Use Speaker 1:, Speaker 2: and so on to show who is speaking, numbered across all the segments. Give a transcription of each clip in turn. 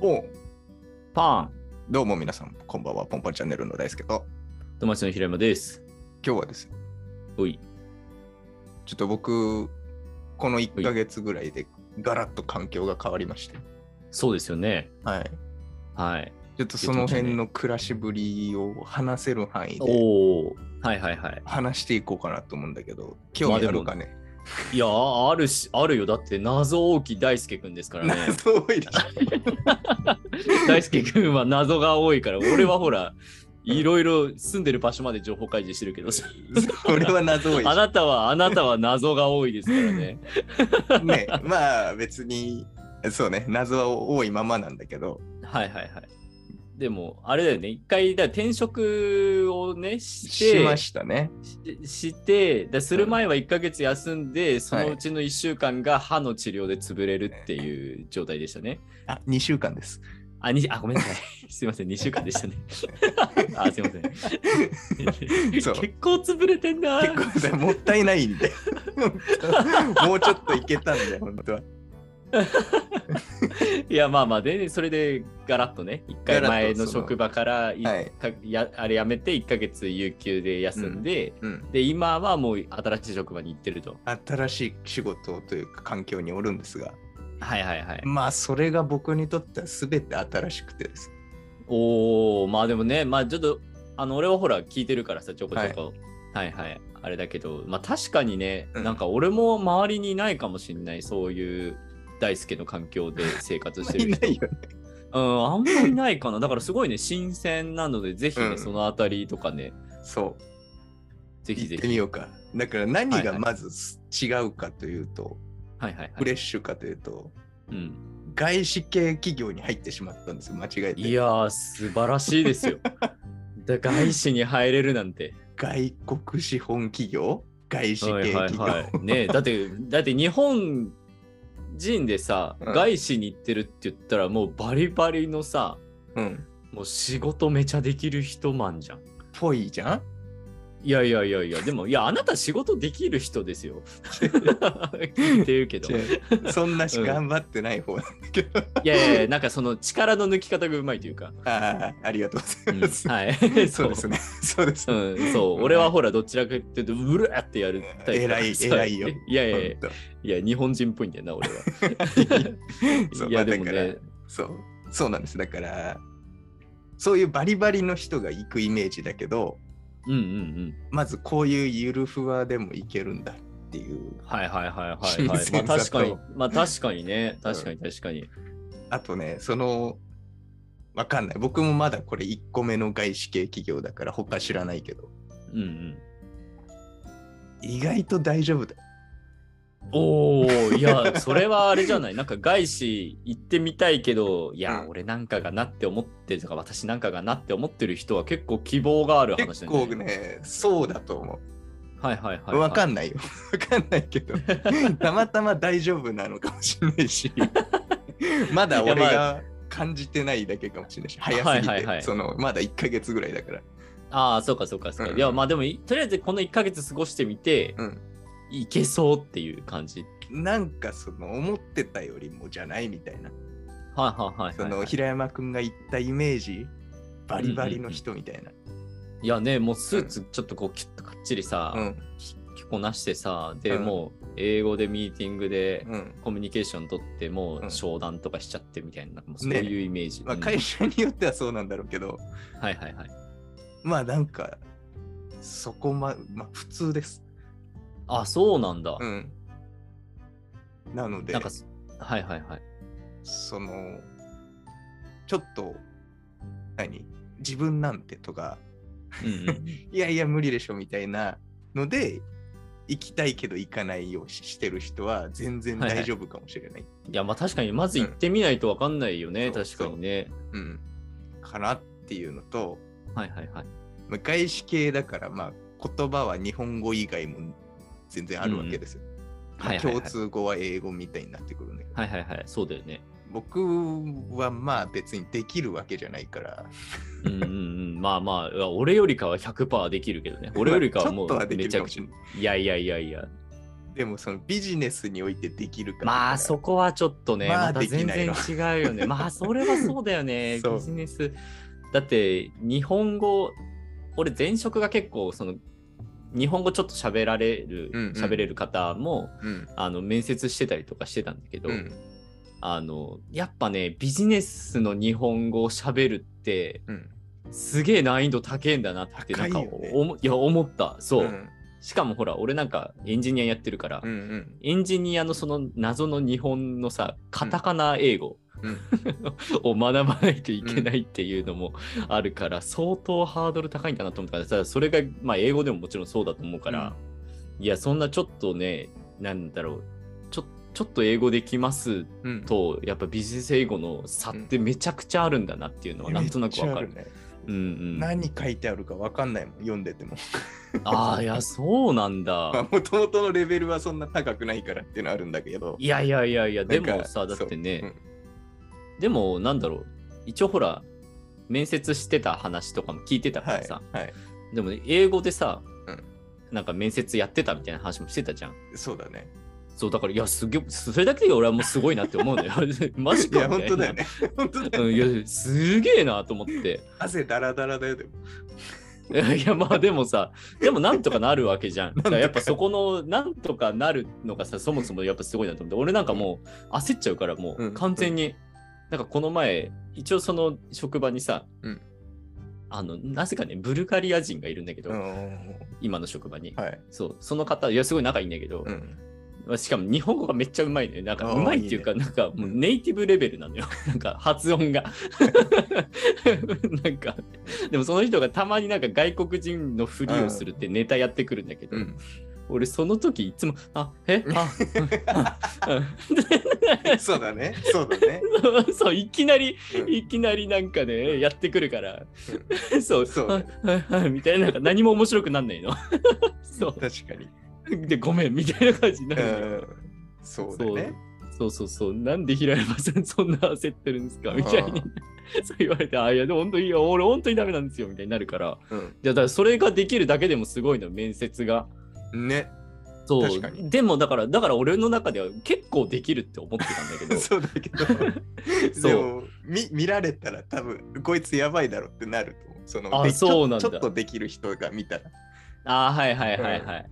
Speaker 1: おう
Speaker 2: パ
Speaker 1: どうも皆さん、こんばんは、ポンポンチャンネルのですけど、
Speaker 2: ン友達の平山です。
Speaker 1: 今日はですね、
Speaker 2: おい。
Speaker 1: ちょっと僕、この1ヶ月ぐらいでガラッと環境が変わりまして、
Speaker 2: そうですよね。
Speaker 1: はい。
Speaker 2: はい。
Speaker 1: ちょっとその辺の暮らしぶりを話せる範囲で
Speaker 2: おお。はいはいはい。
Speaker 1: 話していこうかなと思うんだけど、興味あるかね。
Speaker 2: いやー、あるし、あるよ。だって、謎多き大輔くんですからね。
Speaker 1: 謎多いでしょ。
Speaker 2: 大輔くんは謎が多いから、俺はほら、いろいろ住んでる場所まで情報開示してるけど、
Speaker 1: それは謎多いで
Speaker 2: あ
Speaker 1: しょ
Speaker 2: なたは、あなたは謎が多いですからね。
Speaker 1: ね、まあ別に、そうね、謎は多いままなんだけど、
Speaker 2: はいはいはい。でも、あれだよね。一回、だから転職をね、して、
Speaker 1: しましたね。
Speaker 2: ししてでする前は1ヶ月休んで、そのうちの1週間が歯の治療で潰れるっていう状態でしたね。
Speaker 1: あ、2週間です。
Speaker 2: あ、にあごめんなさい。すいません、2週間でしたね。あ、すいません。
Speaker 1: そう
Speaker 2: 結構潰れてんな。
Speaker 1: 結構ねもったいないん でもうちょっといけたんだよ本当はい
Speaker 2: や、まあまあ、で、それでガラッとね、1回
Speaker 1: ガラッ
Speaker 2: 前
Speaker 1: と
Speaker 2: の
Speaker 1: その
Speaker 2: 職場からい
Speaker 1: はい
Speaker 2: かや、あれやめて1ヶ月有給で休んで、
Speaker 1: うん
Speaker 2: で、今はもう新しい職場に行ってると。
Speaker 1: 新しい仕事というか環境におるんですが
Speaker 2: はいはいはい。
Speaker 1: まあそれが僕にとっては全て新しくてです
Speaker 2: おおまあでもねまあちょっとあの俺はほら聞いてるからさちょこちょこ、はい、はいあれだけどまあ確かにね、
Speaker 1: うん
Speaker 2: なんか俺も周りにいないかもしんないそういう大輔の環境 で生活して
Speaker 1: い
Speaker 2: る人
Speaker 1: ないよね
Speaker 2: うんあんまりないかなだからすごいね新鮮なのでぜひね、
Speaker 1: うん
Speaker 2: そのあたりとかね
Speaker 1: そう
Speaker 2: ぜひ
Speaker 1: 行
Speaker 2: ぜ
Speaker 1: ってみ
Speaker 2: ひ
Speaker 1: ようかだから何
Speaker 2: はいは
Speaker 1: が
Speaker 2: い
Speaker 1: まず違うかというと、
Speaker 2: はいはいは
Speaker 1: フ
Speaker 2: い、
Speaker 1: レッシュかというと
Speaker 2: うん、
Speaker 1: 外資系企業に入ってしまったんですよ間違えて
Speaker 2: いやー素晴らしいで すよだ外資に入れるなんて
Speaker 1: 外国資本企業外資系企業、
Speaker 2: い。ねえだって、だって日本人でさ、
Speaker 1: うん
Speaker 2: 外資に行ってるって言ったら、もうバリバリのさ、
Speaker 1: うん
Speaker 2: もう仕事めちゃできる人マンじゃん。
Speaker 1: ぽいじゃん
Speaker 2: いやいやいやいや、でも、いや、あなた仕事できる人ですよ。聞いてるけど。い
Speaker 1: 違うそんなし頑張ってない方なんだけど、
Speaker 2: やいやいや、なんかその力の抜き方がうまいというか。
Speaker 1: ああ、ありがとうご
Speaker 2: う
Speaker 1: ざい
Speaker 2: ん
Speaker 1: ます。
Speaker 2: はい。
Speaker 1: そうですね。そうです
Speaker 2: う
Speaker 1: ね。
Speaker 2: ん、そう俺はほらどちらかっていうとうらーってやるタイプだからさ
Speaker 1: 偉い偉いよ
Speaker 2: いやいやい
Speaker 1: ほ
Speaker 2: や
Speaker 1: んと
Speaker 2: いや日本人っぽいんだよな俺は
Speaker 1: そう
Speaker 2: いや
Speaker 1: まあ
Speaker 2: でも
Speaker 1: だから
Speaker 2: ね
Speaker 1: そう。そうなんです。だから、そういうバリバリの人が行くイメージだけど、
Speaker 2: うんうんうん
Speaker 1: まずこういうゆるふわでも行けるんだっていう。
Speaker 2: はいはいはいはい、
Speaker 1: 新
Speaker 2: はい。まあ
Speaker 1: 鮮さと
Speaker 2: 確かに、まあ確かにね、確かに確かに。
Speaker 1: あとね、その、わかんない。僕もまだこれ1個目の外資系企業だから他知らないけど、
Speaker 2: うんうん。
Speaker 1: 意外と大丈夫だ。
Speaker 2: おー、い や、それはあれじゃない。なんか外資行ってみたいけど、いや
Speaker 1: う、ん
Speaker 2: 俺なんかがなって思ってるとか、私なんかがなって思ってる人は結構希望がある話
Speaker 1: 結
Speaker 2: だ
Speaker 1: 構
Speaker 2: ね。
Speaker 1: ね、そうだと思
Speaker 2: はいはいはい、は
Speaker 1: う。
Speaker 2: い。
Speaker 1: わか
Speaker 2: ない。
Speaker 1: んないよ。 わかんない けど。たまたま大丈夫なのかもしれないしまだ俺
Speaker 2: いや
Speaker 1: が感じてないだけかもしれないし早すぎて、
Speaker 2: はいはいはい
Speaker 1: そのまだ1ヶ月ぐらいだから
Speaker 2: ああ、そうかそうかそうか。
Speaker 1: うん
Speaker 2: いや、まあでも、いとりあえずこの1ヶ月過ごしてみて、
Speaker 1: うん
Speaker 2: いけそうっていう感じ。
Speaker 1: なんかその思ってたよりもじゃないみたいな
Speaker 2: はいはいはい、はい。
Speaker 1: その平山くんが言ったイメージバリバリの人みたいな、
Speaker 2: いやね、もうスーツちょっとこう、キュッとかっちりさ、
Speaker 1: うん
Speaker 2: 着こなしてさで、
Speaker 1: うん
Speaker 2: もう英語でミーティングで
Speaker 1: うん
Speaker 2: コミュニケーション取っても
Speaker 1: う
Speaker 2: うん商談とかしちゃってみたいな、もうそう
Speaker 1: ね
Speaker 2: いうイメージ、
Speaker 1: まあ、
Speaker 2: うん
Speaker 1: 会社によってはそうなんだろうけど、
Speaker 2: はいはいはい
Speaker 1: まあなんかそこままあ普通です、
Speaker 2: あそうなんだ、
Speaker 1: うん、なので
Speaker 2: なんかそはいはい はい
Speaker 1: そのちょっと何自分なんてとか
Speaker 2: うんうん
Speaker 1: いやいや無理でしょみたいなので行きたいけど行かないようにしてる人は全然大丈夫かもしれない、
Speaker 2: いやまあ確かにまず行ってみないと分かんないよね、
Speaker 1: うん
Speaker 2: 確かにね
Speaker 1: うん、かなっていうのと
Speaker 2: はいはいはい
Speaker 1: まあ外資系だからまあ言葉は日本語以外も全然あるわけですよ、
Speaker 2: はいはい
Speaker 1: 共
Speaker 2: はい
Speaker 1: 通語は英語みたいになってくるんだけど、
Speaker 2: はいはいはいそうだよね
Speaker 1: 僕はまあ別にできるわけじゃないから
Speaker 2: うんうんうんまあまあうわ俺よりかは100%できるけどね俺よりかはも
Speaker 1: まあちょっと
Speaker 2: う
Speaker 1: はでき
Speaker 2: め
Speaker 1: る
Speaker 2: ちゃ
Speaker 1: かも
Speaker 2: くち
Speaker 1: しれない
Speaker 2: ゃいやいやいやいや
Speaker 1: でもそのビジネスにおいてできるか
Speaker 2: まあそこはちょっとね、
Speaker 1: まあ
Speaker 2: また
Speaker 1: でき
Speaker 2: 全
Speaker 1: ないの
Speaker 2: 然違うよね。ま あそれはそうだよね。
Speaker 1: そう
Speaker 2: ビジネス。だって日本語、俺前職が結構その日本語ちょっと喋られる、
Speaker 1: うんうん
Speaker 2: 喋れる方も
Speaker 1: うん
Speaker 2: あの面接してたりとかしてたんだけど、
Speaker 1: うん
Speaker 2: あのやっぱねビジネスの日本語を喋るって
Speaker 1: うん
Speaker 2: すげえ難易度高えんだなってなんか
Speaker 1: 高いよね
Speaker 2: おもいや思った。そう、
Speaker 1: うん
Speaker 2: しかもほら俺なんかエンジニアやってるから。
Speaker 1: うんうん
Speaker 2: エンジニアのその謎の日本のさカタカナ英語
Speaker 1: うん
Speaker 2: を学ばないといけないっていうのもあるから、相当ハードル高いんだなと思ったからさそれが、まあ、英語でももちろんそうだと思うから、いやそんなちょっとねなんだろうちょちょっと英語できます
Speaker 1: うん
Speaker 2: とやっぱビジネス英語の差ってめちゃくちゃあるんだなっていうのはなんとなくわかる。
Speaker 1: めっちゃあね
Speaker 2: うんうん、あ
Speaker 1: 何書いてあるかわかんないもん読んでても
Speaker 2: あーいやそうなんだ。
Speaker 1: もともとのレベルはそんな高くないからっていうのはあるんだけど
Speaker 2: いやいやいやいやで
Speaker 1: なんか
Speaker 2: もさだってね、
Speaker 1: そう
Speaker 2: でも、なんだろう、一応ほら、面接してた話とかも聞いてたか
Speaker 1: は
Speaker 2: ら
Speaker 1: い
Speaker 2: さ、
Speaker 1: はい
Speaker 2: でも、英語でさ、
Speaker 1: うん
Speaker 2: なんか面接やってたみたいな話もしてたじゃん。
Speaker 1: そうだね
Speaker 2: そう、だから、いや、すげえそれだけで俺はもうすごいなって思うのよ。 マジ
Speaker 1: い
Speaker 2: か
Speaker 1: や
Speaker 2: み
Speaker 1: 本当
Speaker 2: たいな
Speaker 1: だよ。ね本当だよ
Speaker 2: うん、いやすげえなと思って
Speaker 1: 汗だらだらだよでも
Speaker 2: いやまあでもさでもなんとかなるわけじゃんだからやっぱそこのなんとかなるのがさそもそもやっぱすごいなと思って俺なんかもう焦っちゃうからも
Speaker 1: う
Speaker 2: うん完全に、なんかこの前一応その職場にさ、
Speaker 1: うん
Speaker 2: あのなぜかねブルガリア人がいるんだけど、
Speaker 1: うん
Speaker 2: 今の職場に、
Speaker 1: はい
Speaker 2: そうその方いやすごい仲いいんだけど
Speaker 1: う、ん
Speaker 2: まあしかも日本語がめっちゃうまいねなんか
Speaker 1: あ
Speaker 2: う
Speaker 1: ー
Speaker 2: まいっていうかなんかもうネイティブレベルなのよ なんか発音が なんかでもその人がたまになんか外国人のふりをするってネタやってくるんだけど、
Speaker 1: うん
Speaker 2: 俺その時いつも「あえあ
Speaker 1: そうだねそうだね
Speaker 2: うん そういきなり
Speaker 1: うん
Speaker 2: いきなりなんかねやってくるから
Speaker 1: うん
Speaker 2: そう
Speaker 1: そう
Speaker 2: はいはいはいみたいななんか何も面白くなんないの そう
Speaker 1: 確かに
Speaker 2: でごめんみたいな感じになるのよ
Speaker 1: そうだね。
Speaker 2: そうそうそうそう、なんで平山さん そんな焦ってるんですかみたいに そう言われて、あ、いや、でも本当にいいよ、俺本当にダメなんですよみたいになるから、
Speaker 1: う
Speaker 2: いやだからそれができるだけでもすごいの、面接が。
Speaker 1: ん。ね。
Speaker 2: そう
Speaker 1: 確かに
Speaker 2: でもだから、だから俺の中では結構できるって思ってたんだけ ど、
Speaker 1: そうだけど。
Speaker 2: そう
Speaker 1: でも見見られたら多分こいつやばいだろってなると思う。その
Speaker 2: あ
Speaker 1: で
Speaker 2: そうなんだ
Speaker 1: ちょっとちょっとできる人が見たら。
Speaker 2: あーはいはいはいはい。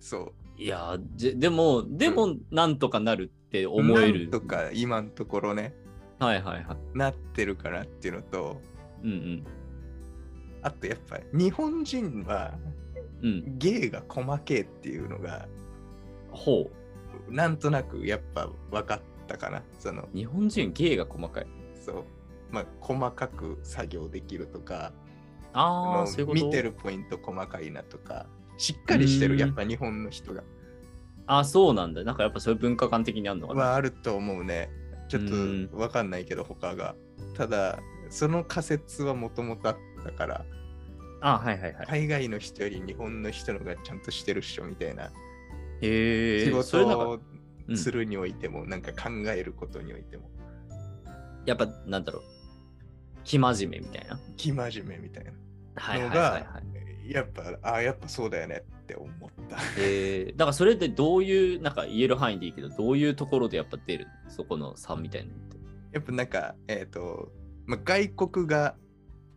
Speaker 1: そう。
Speaker 2: いやーじでも、でも、なんとかなるって思える
Speaker 1: なん。とか今のところね、
Speaker 2: はいはいはい。
Speaker 1: なってるからっていうのと、
Speaker 2: うん
Speaker 1: あとやっぱり日本人は
Speaker 2: うん。うん。
Speaker 1: 芸が細けえっていうのが
Speaker 2: ほ
Speaker 1: なんとなくやっぱ分かったかな。その、
Speaker 2: う。日本人、芸が細かい。
Speaker 1: そう。まあ、細かく作業できるとか、
Speaker 2: あ
Speaker 1: あ
Speaker 2: あ、
Speaker 1: の
Speaker 2: そういうこと
Speaker 1: 見てるポイント細かいなとかしっかりして
Speaker 2: う
Speaker 1: る
Speaker 2: ん
Speaker 1: やっぱ日本の人が
Speaker 2: あーそうなんだ。なんかやっぱそういう文化観的にあるのかな。
Speaker 1: はあると思うねちょっ
Speaker 2: うん
Speaker 1: とわかんないけど他がただその仮説はもともとあったから
Speaker 2: あはいはいはい。
Speaker 1: 海外の人より日本の人の方がちゃんとしてるっしょみたいな
Speaker 2: へえ。
Speaker 1: 仕
Speaker 2: それなんか
Speaker 1: 事を
Speaker 2: うん
Speaker 1: するにおいてもなんか考えることにおいても
Speaker 2: やっぱなんだろう。生真面目みたいな。
Speaker 1: 生真面目みたいな
Speaker 2: はいはい
Speaker 1: の
Speaker 2: はい、
Speaker 1: が
Speaker 2: はい。
Speaker 1: やっぱあやっぱそうだよねって思った
Speaker 2: えー、だからそれってどういう、なんか言える範囲でいいけど、どういうところでやっぱ出るのそこの差みたいなのって。
Speaker 1: やっぱなんか、えっ、と、まあ、外国が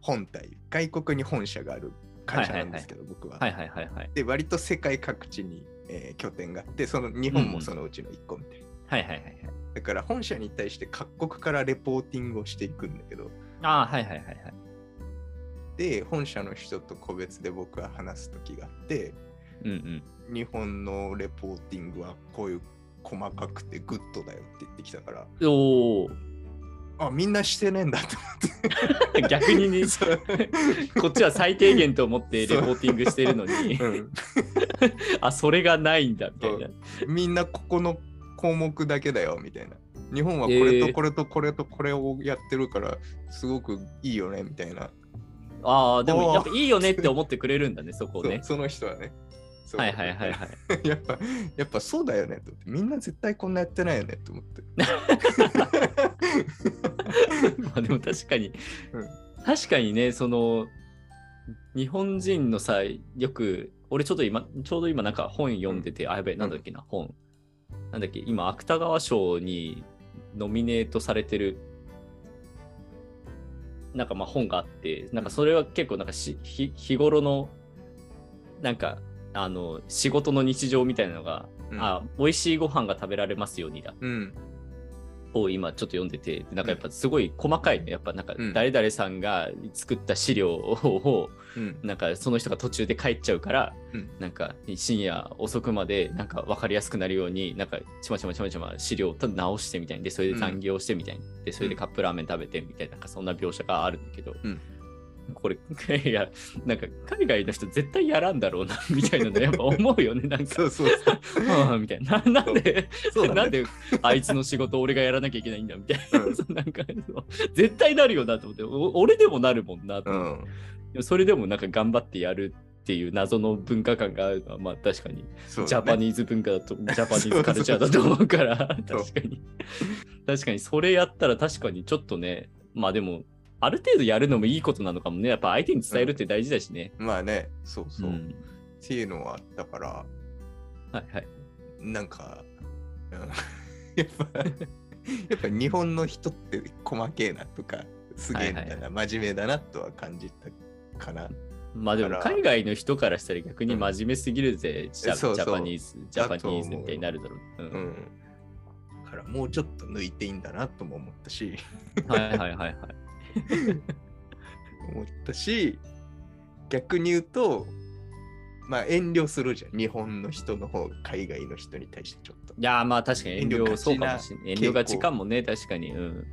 Speaker 1: 本体、外国に本社がある会社なんですけど、僕は。
Speaker 2: はいはいはいはい。
Speaker 1: で、割と世界各地に、えー拠点があって、その日本もそのうちの一個みたいな。
Speaker 2: はいはいはいはい。
Speaker 1: だから本社に対して各国からレポーティングをしていくんだけど、
Speaker 2: あーはいはいはいはい。
Speaker 1: で、本社の人と個別で僕は話す時があって、
Speaker 2: うんうん。
Speaker 1: 日本のレポーティングはこういう細かくてグッドだよって言ってきたから、
Speaker 2: おお
Speaker 1: あ、みんなしてねえんだと
Speaker 2: 逆に ね、
Speaker 1: 思って。
Speaker 2: こっちは最低限と思ってレポーティングしてるのに、
Speaker 1: うん
Speaker 2: あ、それがないんだみたいな。
Speaker 1: みんなここの項目だけだよみたいな。日本はこ
Speaker 2: え
Speaker 1: れ
Speaker 2: ー
Speaker 1: とこれとこれとこれをやってるからすごくいいよねみたいな。
Speaker 2: ああ、でも
Speaker 1: おー
Speaker 2: やっぱいいよねって思ってくれるんだね、そこをね。
Speaker 1: そうその人はね。そう
Speaker 2: はいはいはいはい。
Speaker 1: やっぱやっぱそうだよねと思ってみんな絶対こんなやってないよねと思って。
Speaker 2: まあでも確かに、
Speaker 1: うん
Speaker 2: 確かにねその日本人のさ、よく、俺ちょっと今、ちょうど今なんか本読んでて、あ、やべえ、なんだっけな、本。なんだっけ、今、芥川賞にノミネートされてる、なんかまあ本があって、なんかそれは結構なんかし日日頃の、なんか、あの、仕事の日常みたいなのが、
Speaker 1: うん
Speaker 2: あ、美味しいご飯が食べられますようにだ
Speaker 1: うん。
Speaker 2: を今ちょっと読んでて、なんかやっぱすごい細かいね。やっぱなんか誰々さんが作った資料を、
Speaker 1: うん。
Speaker 2: なんかその人が途中で帰っちゃうから、
Speaker 1: うん
Speaker 2: なんか深夜遅くまでなんか分かりやすくなるようになんかちまちまちまちま資料を直してみたいなでそれで残業してみたいな、でそれでカップラーメン食べてみたいななんかそんな描写があるんだけど、
Speaker 1: うん
Speaker 2: これ いやなんか海外の人絶対やらんだろうな みたいなのやっぱ思うよねなん
Speaker 1: そ
Speaker 2: か
Speaker 1: うそうそう
Speaker 2: ああ みたいなななんで
Speaker 1: そうだね
Speaker 2: なんであいつの仕事俺がやらなきゃいけないんだみたいな、
Speaker 1: うん
Speaker 2: そうなんかそう絶対なるよなと思ってお俺でもなるもんなと
Speaker 1: う
Speaker 2: 思って。
Speaker 1: ん。
Speaker 2: でもそれでもなんか頑張ってやるっていう謎の文化感があるのはまあ確かに
Speaker 1: そう
Speaker 2: ジャ
Speaker 1: だ
Speaker 2: パ
Speaker 1: ね
Speaker 2: ニーズ文化だ とジャパニーズカルチャーだと思うから確
Speaker 1: そうそう
Speaker 2: かに確かにそれやったら確かにちょっとねまあでもある程度やるのもいいことなのかもねやっぱ相手に伝えるって大事だしね、
Speaker 1: まあね、そう
Speaker 2: う
Speaker 1: そ
Speaker 2: ん
Speaker 1: う。っていうのはあったから、
Speaker 2: はいはい
Speaker 1: なんか、うん やっ ぱ、やっぱ日本の人って細けえなとか、すげえんだな、
Speaker 2: はいは
Speaker 1: 真面目だなとは感じたかな。
Speaker 2: まあでも
Speaker 1: だから
Speaker 2: 海外の人からしたら逆に真面目すぎるぜ、ジャ
Speaker 1: そうそう
Speaker 2: ジャパニーズジャパニーズ
Speaker 1: だと思うよ
Speaker 2: みたいになるだろう、うん
Speaker 1: うん。だからもうちょっと抜いていいんだなとも思ったし、
Speaker 2: はいはいはいはい
Speaker 1: 思ったし、逆に言うと、まあ遠慮するじゃん。日本の人の方が海外の人に対してちょっと。
Speaker 2: いやーまあ確かに遠
Speaker 1: 遠慮
Speaker 2: 慮
Speaker 1: がちな
Speaker 2: そうかもしれない遠慮がちかもね確かにうん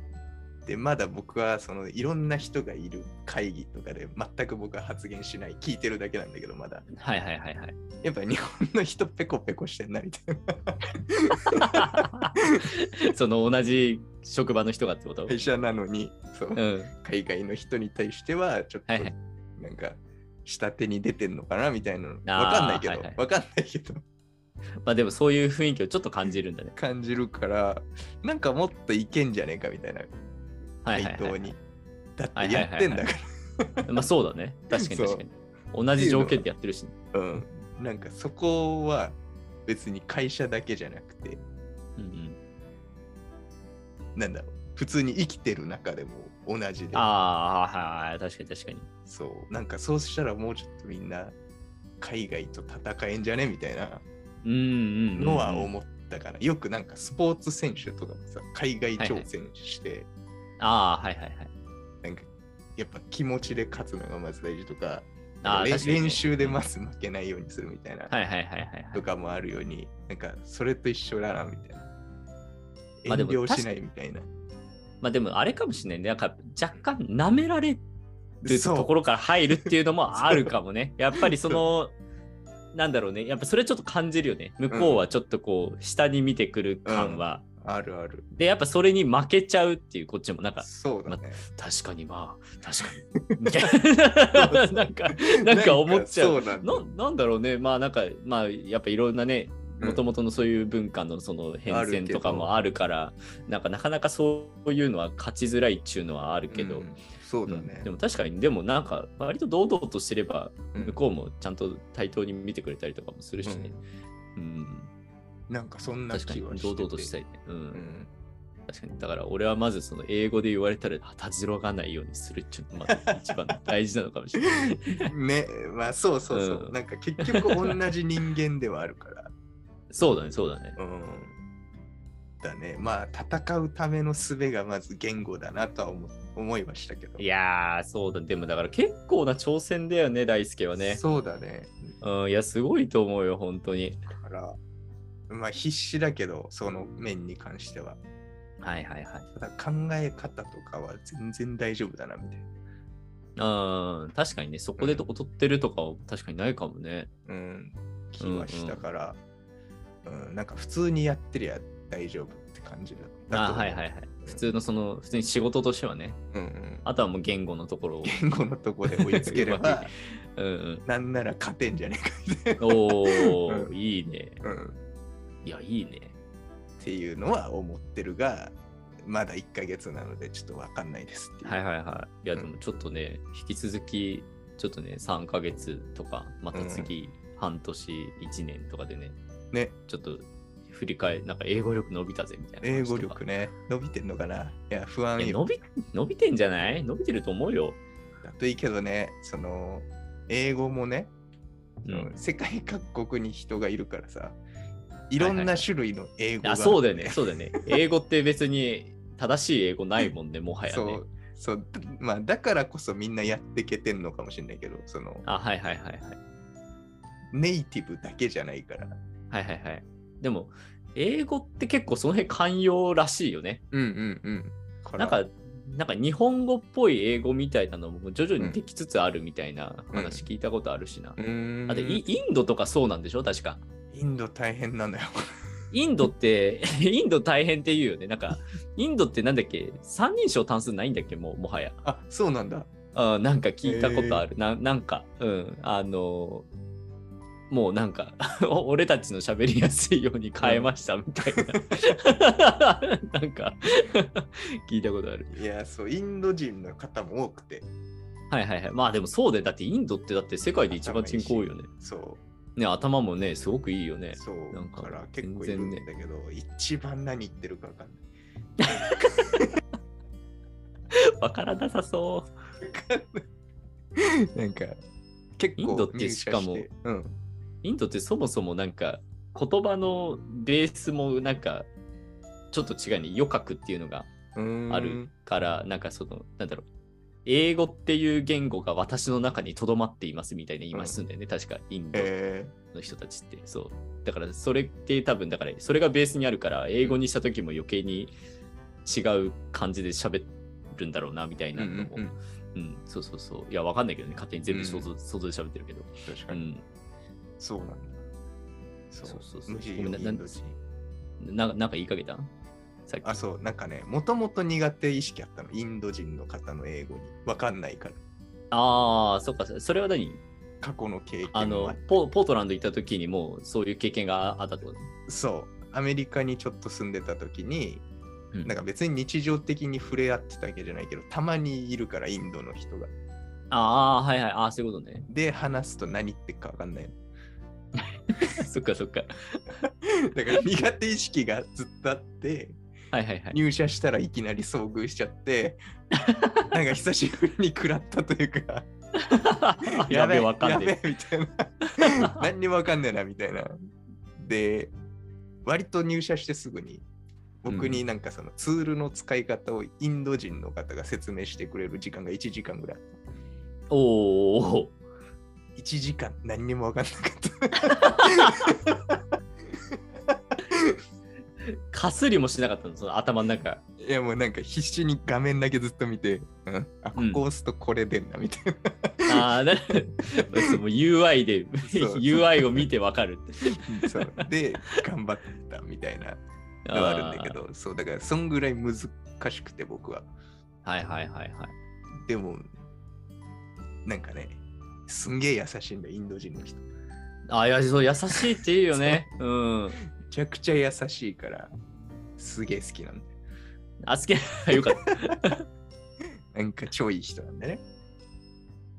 Speaker 1: でまだ僕はそのいろんな人がいる会議とかで全く僕は発言しない聞いてるだけなんだけどまだ
Speaker 2: はいはいはいはい
Speaker 1: やっぱ日本の人ペコペコしてんなみたい
Speaker 2: その同じ職場の人がってこと
Speaker 1: な会社なのにそう
Speaker 2: うん。
Speaker 1: 海外の人に対してはちょっと
Speaker 2: はいはい
Speaker 1: なんか下手に出てんのかなみたいなの分
Speaker 2: あー
Speaker 1: かんないけ
Speaker 2: は
Speaker 1: ど
Speaker 2: いはい
Speaker 1: 分かんないけど
Speaker 2: まあでもそういう雰囲気をちょっと感じるんだね。
Speaker 1: 感じるからなんかもっといけんじゃねえかみたいな
Speaker 2: はいはい、
Speaker 1: 回
Speaker 2: は
Speaker 1: 答
Speaker 2: い。
Speaker 1: にだってやってんだから
Speaker 2: まあそうだね。確かに
Speaker 1: そう
Speaker 2: 確かに。同じ条件でやってるし、
Speaker 1: うんなんかそこは別に会社だけじゃなくて
Speaker 2: うんうん。
Speaker 1: なんだろう普通に生きてる中でも同じで
Speaker 2: ああ、はいはい。確かに確かに。
Speaker 1: そうなんかそうしたらもうちょっとみんな海外と戦えんじゃねみたいな
Speaker 2: うんうんうん、うん。
Speaker 1: のは思ったから、よくなんかスポーツ選手とかもさ海外挑戦して、
Speaker 2: ああ、はいはいはい。
Speaker 1: なんかやっぱ気持ちで勝つのがまず大事とか
Speaker 2: ああ、
Speaker 1: れ
Speaker 2: 確かにね
Speaker 1: 練習でまず負けないようにするみたいな
Speaker 2: はいはいはいはいは
Speaker 1: とかもあるように、なんかそれと一緒だなみたいな。
Speaker 2: まあで
Speaker 1: 遠
Speaker 2: も
Speaker 1: 慮しないみたいな。
Speaker 2: い。まあでもあれかもしれないね。なんか若干舐められてる
Speaker 1: そう
Speaker 2: ところから入るっていうのもあるかもね。やっぱりその、なんだろうね。やっぱそれちょっと感じるよね。向こうはちょっとこう、下に見てくる感は。
Speaker 1: あるある。
Speaker 2: で、やっぱそれに負けちゃうっていう、こっちもなんか、
Speaker 1: そうだね。
Speaker 2: 確かにまあ、確かに。みた いななんか、なんか思っちゃう。
Speaker 1: なんかそうなんだ
Speaker 2: ななんだろうね、まあなんか、まあやっぱいろんなね、
Speaker 1: うん
Speaker 2: もともとのそういう文化のその変遷とかもあるから、なんかなかなかそういうのは勝ちづらいっちゅうのはあるけど、
Speaker 1: うんそうだ
Speaker 2: う
Speaker 1: ね
Speaker 2: ん。でも確かに、でもなんか、割と堂々としてれば、
Speaker 1: うん
Speaker 2: 向こうもちゃんと対等に見てくれたりとかもするしね。うん、
Speaker 1: なんかそんな
Speaker 2: 確か
Speaker 1: 気
Speaker 2: に
Speaker 1: はしてて
Speaker 2: 堂々としたいね。う
Speaker 1: うんん
Speaker 2: 確かに。だから俺はまずその英語で言われたら立ち退かないようにするっていうのがまあ一番大事なのかもしれ ない。
Speaker 1: ね、まあそうそうそう。
Speaker 2: うん
Speaker 1: なんか結局同じ人間ではあるから。
Speaker 2: そうだね、そうだね。
Speaker 1: うん。だね。まあ戦うための術がまず言語だなとは思思いましたけど。
Speaker 2: いやー、そうだ。でもだから結構な挑戦だよね、大輔はね。
Speaker 1: そうだね。
Speaker 2: うん、いや、すごいと思うよ、本当に。
Speaker 1: だから、まあ必死だけど、その面に関しては。
Speaker 2: はいはいはい。
Speaker 1: ただ考え方とかは全然大丈夫だなみたいな。
Speaker 2: うん、確かにね、そこで
Speaker 1: うん
Speaker 2: 劣ってるとかは確かにないかもね。
Speaker 1: うん。気はしたから、うん、なんか普通にやってりゃ大丈夫って感じだ。だ
Speaker 2: あ
Speaker 1: と思う
Speaker 2: はいはいはい。普通のその、普通に仕事としてはね。
Speaker 1: うんうん。
Speaker 2: あとはもう言語のところを。
Speaker 1: 言語のとこで追いつけれ
Speaker 2: う
Speaker 1: ば
Speaker 2: ま い、うんうん。
Speaker 1: なんなら勝てんじゃねえかみたいな、
Speaker 2: おー、
Speaker 1: うん
Speaker 2: いいね。
Speaker 1: うん
Speaker 2: いや、いいね。
Speaker 1: っていうのは思ってるが、まだ1ヶ月なのでちょっとわかんないですっていう。
Speaker 2: はいはいはい。いや、
Speaker 1: うん
Speaker 2: でもちょっとね、引き続き、ちょっとね、3ヶ月とか、また次、半年、1年とかでね、
Speaker 1: ね、
Speaker 2: ちょっと振り返なんか英語力伸びたぜみたいな
Speaker 1: 英
Speaker 2: 話と
Speaker 1: 語
Speaker 2: か。
Speaker 1: 力ね、伸びてんのかないや、不安
Speaker 2: いや
Speaker 1: よ
Speaker 2: 伸。び伸びてんじゃない伸びてると思うよ。
Speaker 1: だといいけどね、その、英語もね、そ
Speaker 2: う
Speaker 1: の
Speaker 2: ん、
Speaker 1: 世界各国に人がいるからさ、いろんな種類の英語が、
Speaker 2: あそうだよね、そうだよね。英語って別に正しい英語ないもんね、もはや
Speaker 1: そ
Speaker 2: ね
Speaker 1: う。、そう、まあ、だからこそみんなやってけてんのかもしれないけど、その、
Speaker 2: あ、はいはいはいはい。
Speaker 1: ネイティブだけじゃないから。
Speaker 2: はいはいはい。でも、英語って結構その辺寛容らしいよね。
Speaker 1: うんうんうん。ら
Speaker 2: なんか、なんか日本語っぽい英語みたいなのも徐々にできつつあるみたいな話聞いたことあるしな。
Speaker 1: うーん
Speaker 2: あとイ、インドとかそうなんでしょ確か。
Speaker 1: インド大変なのよ。
Speaker 2: インドって、 インド大変って言うよね。なんか、インドってなんだっけ三人称単数ないんだっけもう、もはや。
Speaker 1: あ、そうなんだ。
Speaker 2: あなんか聞いたことある。ななんか、うん。あのーもうなんか お俺たちの喋りやすいように変えましたみたいな。なんか聞いたことある。
Speaker 1: いや、そう、インド人の方も多くて、
Speaker 2: はいはいはい。まあでもそうで、だってインドってだって世界で一番人口多いよね。
Speaker 1: そ
Speaker 2: ね、頭もね、すごくいいよね
Speaker 1: う、。そう、
Speaker 2: な
Speaker 1: だ
Speaker 2: んか
Speaker 1: から結構いるんだけど、一番何言ってるかわかんない。
Speaker 2: わからなさそう。
Speaker 1: なんか、結構
Speaker 2: インドって
Speaker 1: 入社
Speaker 2: しかも
Speaker 1: てうん、
Speaker 2: インドってそもそもなんか言葉のベースもなんかちょっと違うね余白っていうのが
Speaker 1: うーん
Speaker 2: ある。からなんかそのなんだろう英語っていう言語が私の中にとどまっていますみたいな言いましたんだよね、確かインド
Speaker 1: え
Speaker 2: の人たちってそうだからそれって多分だからそれがベースにあるから英語にした時も余計に違う感じで喋るんだろうなみたい
Speaker 1: ー
Speaker 2: なのも、
Speaker 1: うんうんうん
Speaker 2: うんそうそうそういやわかんないけどね勝手に全部想像,、想像で喋ってるけど、
Speaker 1: 確
Speaker 2: う
Speaker 1: かに、
Speaker 2: ん、
Speaker 1: そうなんだ。そう
Speaker 2: そうそうそう
Speaker 1: 無理
Speaker 2: ごめ
Speaker 1: よ
Speaker 2: んな
Speaker 1: インド人。
Speaker 2: ななんか言いかけたさっき
Speaker 1: あ、そう、なんかね、もともと苦手意識あったの、インド人の方の英語に。わかんないから、
Speaker 2: ああ、そっか、それは何
Speaker 1: 過去の経験
Speaker 2: あ
Speaker 1: も
Speaker 2: の
Speaker 1: あって
Speaker 2: ポ、ポートランド行った時にもうそういう経験があったってこと、
Speaker 1: そう、アメリカにちょっと住んでた時に、
Speaker 2: うん、
Speaker 1: なんか別に日常的に触れ合ってたわけじゃないけど、たまにいるから、インドの人が。
Speaker 2: ああ、はいはい、ああ、そういうことね。
Speaker 1: で、話すと何言ってるかわかんない。
Speaker 2: そっかそっか。
Speaker 1: だから苦手意識がずっとあって、
Speaker 2: はいはいはい。
Speaker 1: 入社したらいきなり遭遇しちゃ って、なんか久しぶりに食らったというか、
Speaker 2: やべえ、
Speaker 1: え
Speaker 2: わかん
Speaker 1: や
Speaker 2: ね
Speaker 1: べえみたい な。何にもわかんねえなみたいな。で、割と入社してすぐに、僕になんかそのツールの使い方をインド人の方が説明してくれる時間が1時間ぐらい。
Speaker 2: え。おーお
Speaker 1: 1時間何にもわかんなかっ
Speaker 2: ー、かすりもしなかったの、その頭の中。
Speaker 1: た。 いやもうなんか必死に画面だけずっと見て、うん、あ、ここ押すとこれでんなみたいな。
Speaker 2: ああ、な そうもう UI で、
Speaker 1: そう
Speaker 2: UI を見てわかる。
Speaker 1: そうで、頑張ったみたいなのがあるんだけど、そうだからそんぐらい難しくて僕は。
Speaker 2: あー。はいはいはいはい。
Speaker 1: でも、なんかね、すんげえ優しいんだよ、インド人の人。め
Speaker 2: ああ、いや、そう、優しいって言うよね。うん。
Speaker 1: ちゃくちゃ優しいから、すげえ好きなんだよ。
Speaker 2: あ、好きよかった。
Speaker 1: なんか超いい人なんだね。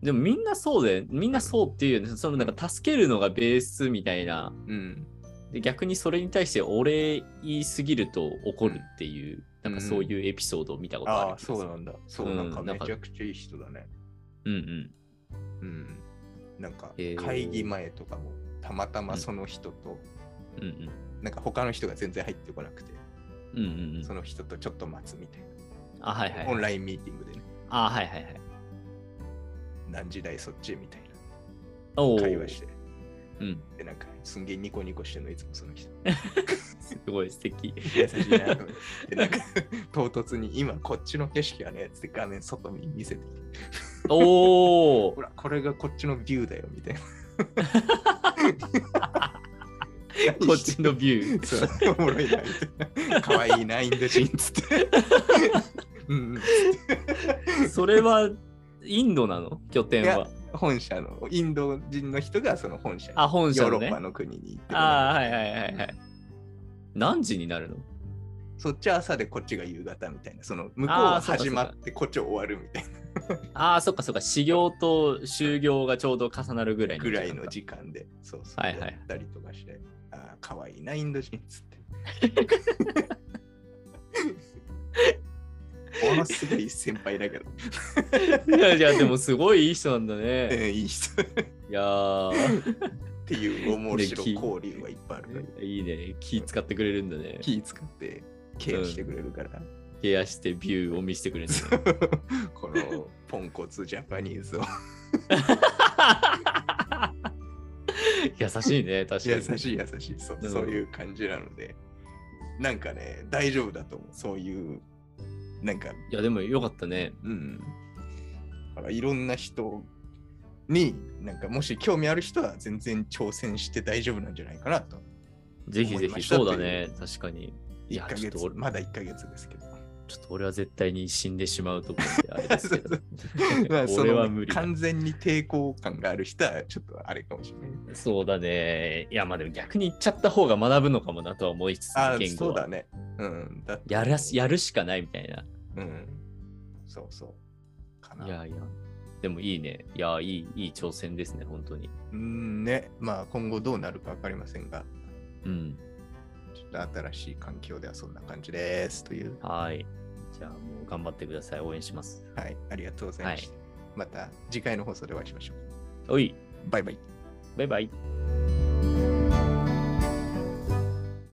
Speaker 2: でもみんなそうで、みんなそうっていうよね、そのなんか助けるのがベースみたいな。
Speaker 1: うん。
Speaker 2: で逆にそれに対してお礼言いすぎると怒るっていう、なんかそういうエピソードを見たことある
Speaker 1: ああ、
Speaker 2: 気がする
Speaker 1: そうなんだ。そう、
Speaker 2: うん
Speaker 1: なんかめ
Speaker 2: なんか
Speaker 1: ちゃくちゃいい人だね。
Speaker 2: うんうん。
Speaker 1: うん。なんか
Speaker 2: へえ
Speaker 1: 会議前とかも、たまたまその人と、
Speaker 2: うんうん。
Speaker 1: なんか他の人が全然入ってこなくて、
Speaker 2: うんうんうん
Speaker 1: その人とちょっと待つみたい
Speaker 2: あ、はい
Speaker 1: な。
Speaker 2: は
Speaker 1: オ
Speaker 2: い。
Speaker 1: ンラインミーティングでね、
Speaker 2: あ、はいはいはい。
Speaker 1: 何時台そっちみたい
Speaker 2: お
Speaker 1: な
Speaker 2: ー
Speaker 1: 会話して、
Speaker 2: うん。
Speaker 1: で、なんかすんげえニコニコしてるの、いつもその人。
Speaker 2: すごい素 敵。
Speaker 1: 優しいなと思 って。なんか、唐突に今こっちの景色やねっつって画面外に見せてきて、
Speaker 2: お
Speaker 1: ほ
Speaker 2: ー
Speaker 1: ら、これがこっちのビューだよみたいな。
Speaker 2: こっちのビュー。
Speaker 1: そうおもろいなみたいな。かわいいな、インド人っつって。うん、
Speaker 2: それはインドなの拠点
Speaker 1: い
Speaker 2: は
Speaker 1: や。本社の、インド人の人がその本社に、
Speaker 2: あ、本
Speaker 1: ヨ
Speaker 2: 社
Speaker 1: ーロッ
Speaker 2: のね
Speaker 1: パ。の国に行ってる
Speaker 2: あーはいはいはいはい。何時になるの
Speaker 1: そっちは朝でこっちが夕方みたいな、その向こう
Speaker 2: あ
Speaker 1: は
Speaker 2: ーそうかそう
Speaker 1: 始
Speaker 2: か
Speaker 1: まってこっちは終わるみたいな。
Speaker 2: ああ、そっかそっか、修行と就業がちょうど重なるぐらい
Speaker 1: ぐらいの
Speaker 2: 時
Speaker 1: 時間で、そうそう、
Speaker 2: はいはい
Speaker 1: やったりとかして、ああ、可愛いな、インド人っつって。 ものすごい先輩だけど、
Speaker 2: 間。いやいや、でもすごいいい人なん だね。
Speaker 1: えーいい人っ
Speaker 2: いや ー、
Speaker 1: ていう面白い
Speaker 2: でき
Speaker 1: 交流はいっぱいあるから、
Speaker 2: いいね。気使ってくれるんだね。
Speaker 1: 気使ってケアしてくれるから、
Speaker 2: ケアしてビューを見せてくれるんだ ね。
Speaker 1: このポンコツジャパニーズを
Speaker 2: 優しいね、確かに。
Speaker 1: 優しい優しいそう
Speaker 2: うん
Speaker 1: そういう感じなので、なんかね、大丈夫だと思う、そういう、なんか
Speaker 2: いや、でもよかったね。
Speaker 1: うん。だからいろんな人に、なんかもし興味ある人は全然挑戦して大丈夫なんじゃないかなと。
Speaker 2: ぜひぜ
Speaker 1: 思いま
Speaker 2: ひ、
Speaker 1: した
Speaker 2: そうだね、確かに。い
Speaker 1: 1
Speaker 2: や
Speaker 1: ヶ
Speaker 2: ちょ
Speaker 1: 月
Speaker 2: っと、俺
Speaker 1: まだ1ヶ月ですけ ど。
Speaker 2: ちょっと俺は絶対に死んでしまうと思って、あれですけ
Speaker 1: そ
Speaker 2: ど
Speaker 1: う。 まあそ
Speaker 2: 俺
Speaker 1: の
Speaker 2: は無理だ
Speaker 1: 完全に抵抗感がある人はちょっとあれかもしれない。
Speaker 2: そうだね。いや、まあでも逆に言っちゃった方が学ぶのかもなとは思いつつ、
Speaker 1: ああ、
Speaker 2: 言
Speaker 1: そ
Speaker 2: 語
Speaker 1: うだ
Speaker 2: は。
Speaker 1: ね。うん。だ
Speaker 2: やらすやるしかないみたいな。
Speaker 1: うん。そうそう。かな。
Speaker 2: いやいや。でもいいね。いや、いい、いい挑戦ですね、本当に。
Speaker 1: うんね。まあ今後どうなるか分かりませんが、
Speaker 2: うん。
Speaker 1: ちょっと新しい環境ではそんな感じです。という。
Speaker 2: はい。じゃあもう頑張ってください。応援します。
Speaker 1: はい。ありがとうございました。また次回の放送でお会いしましょう。
Speaker 2: おい、
Speaker 1: バイバイ。
Speaker 2: バイバイ。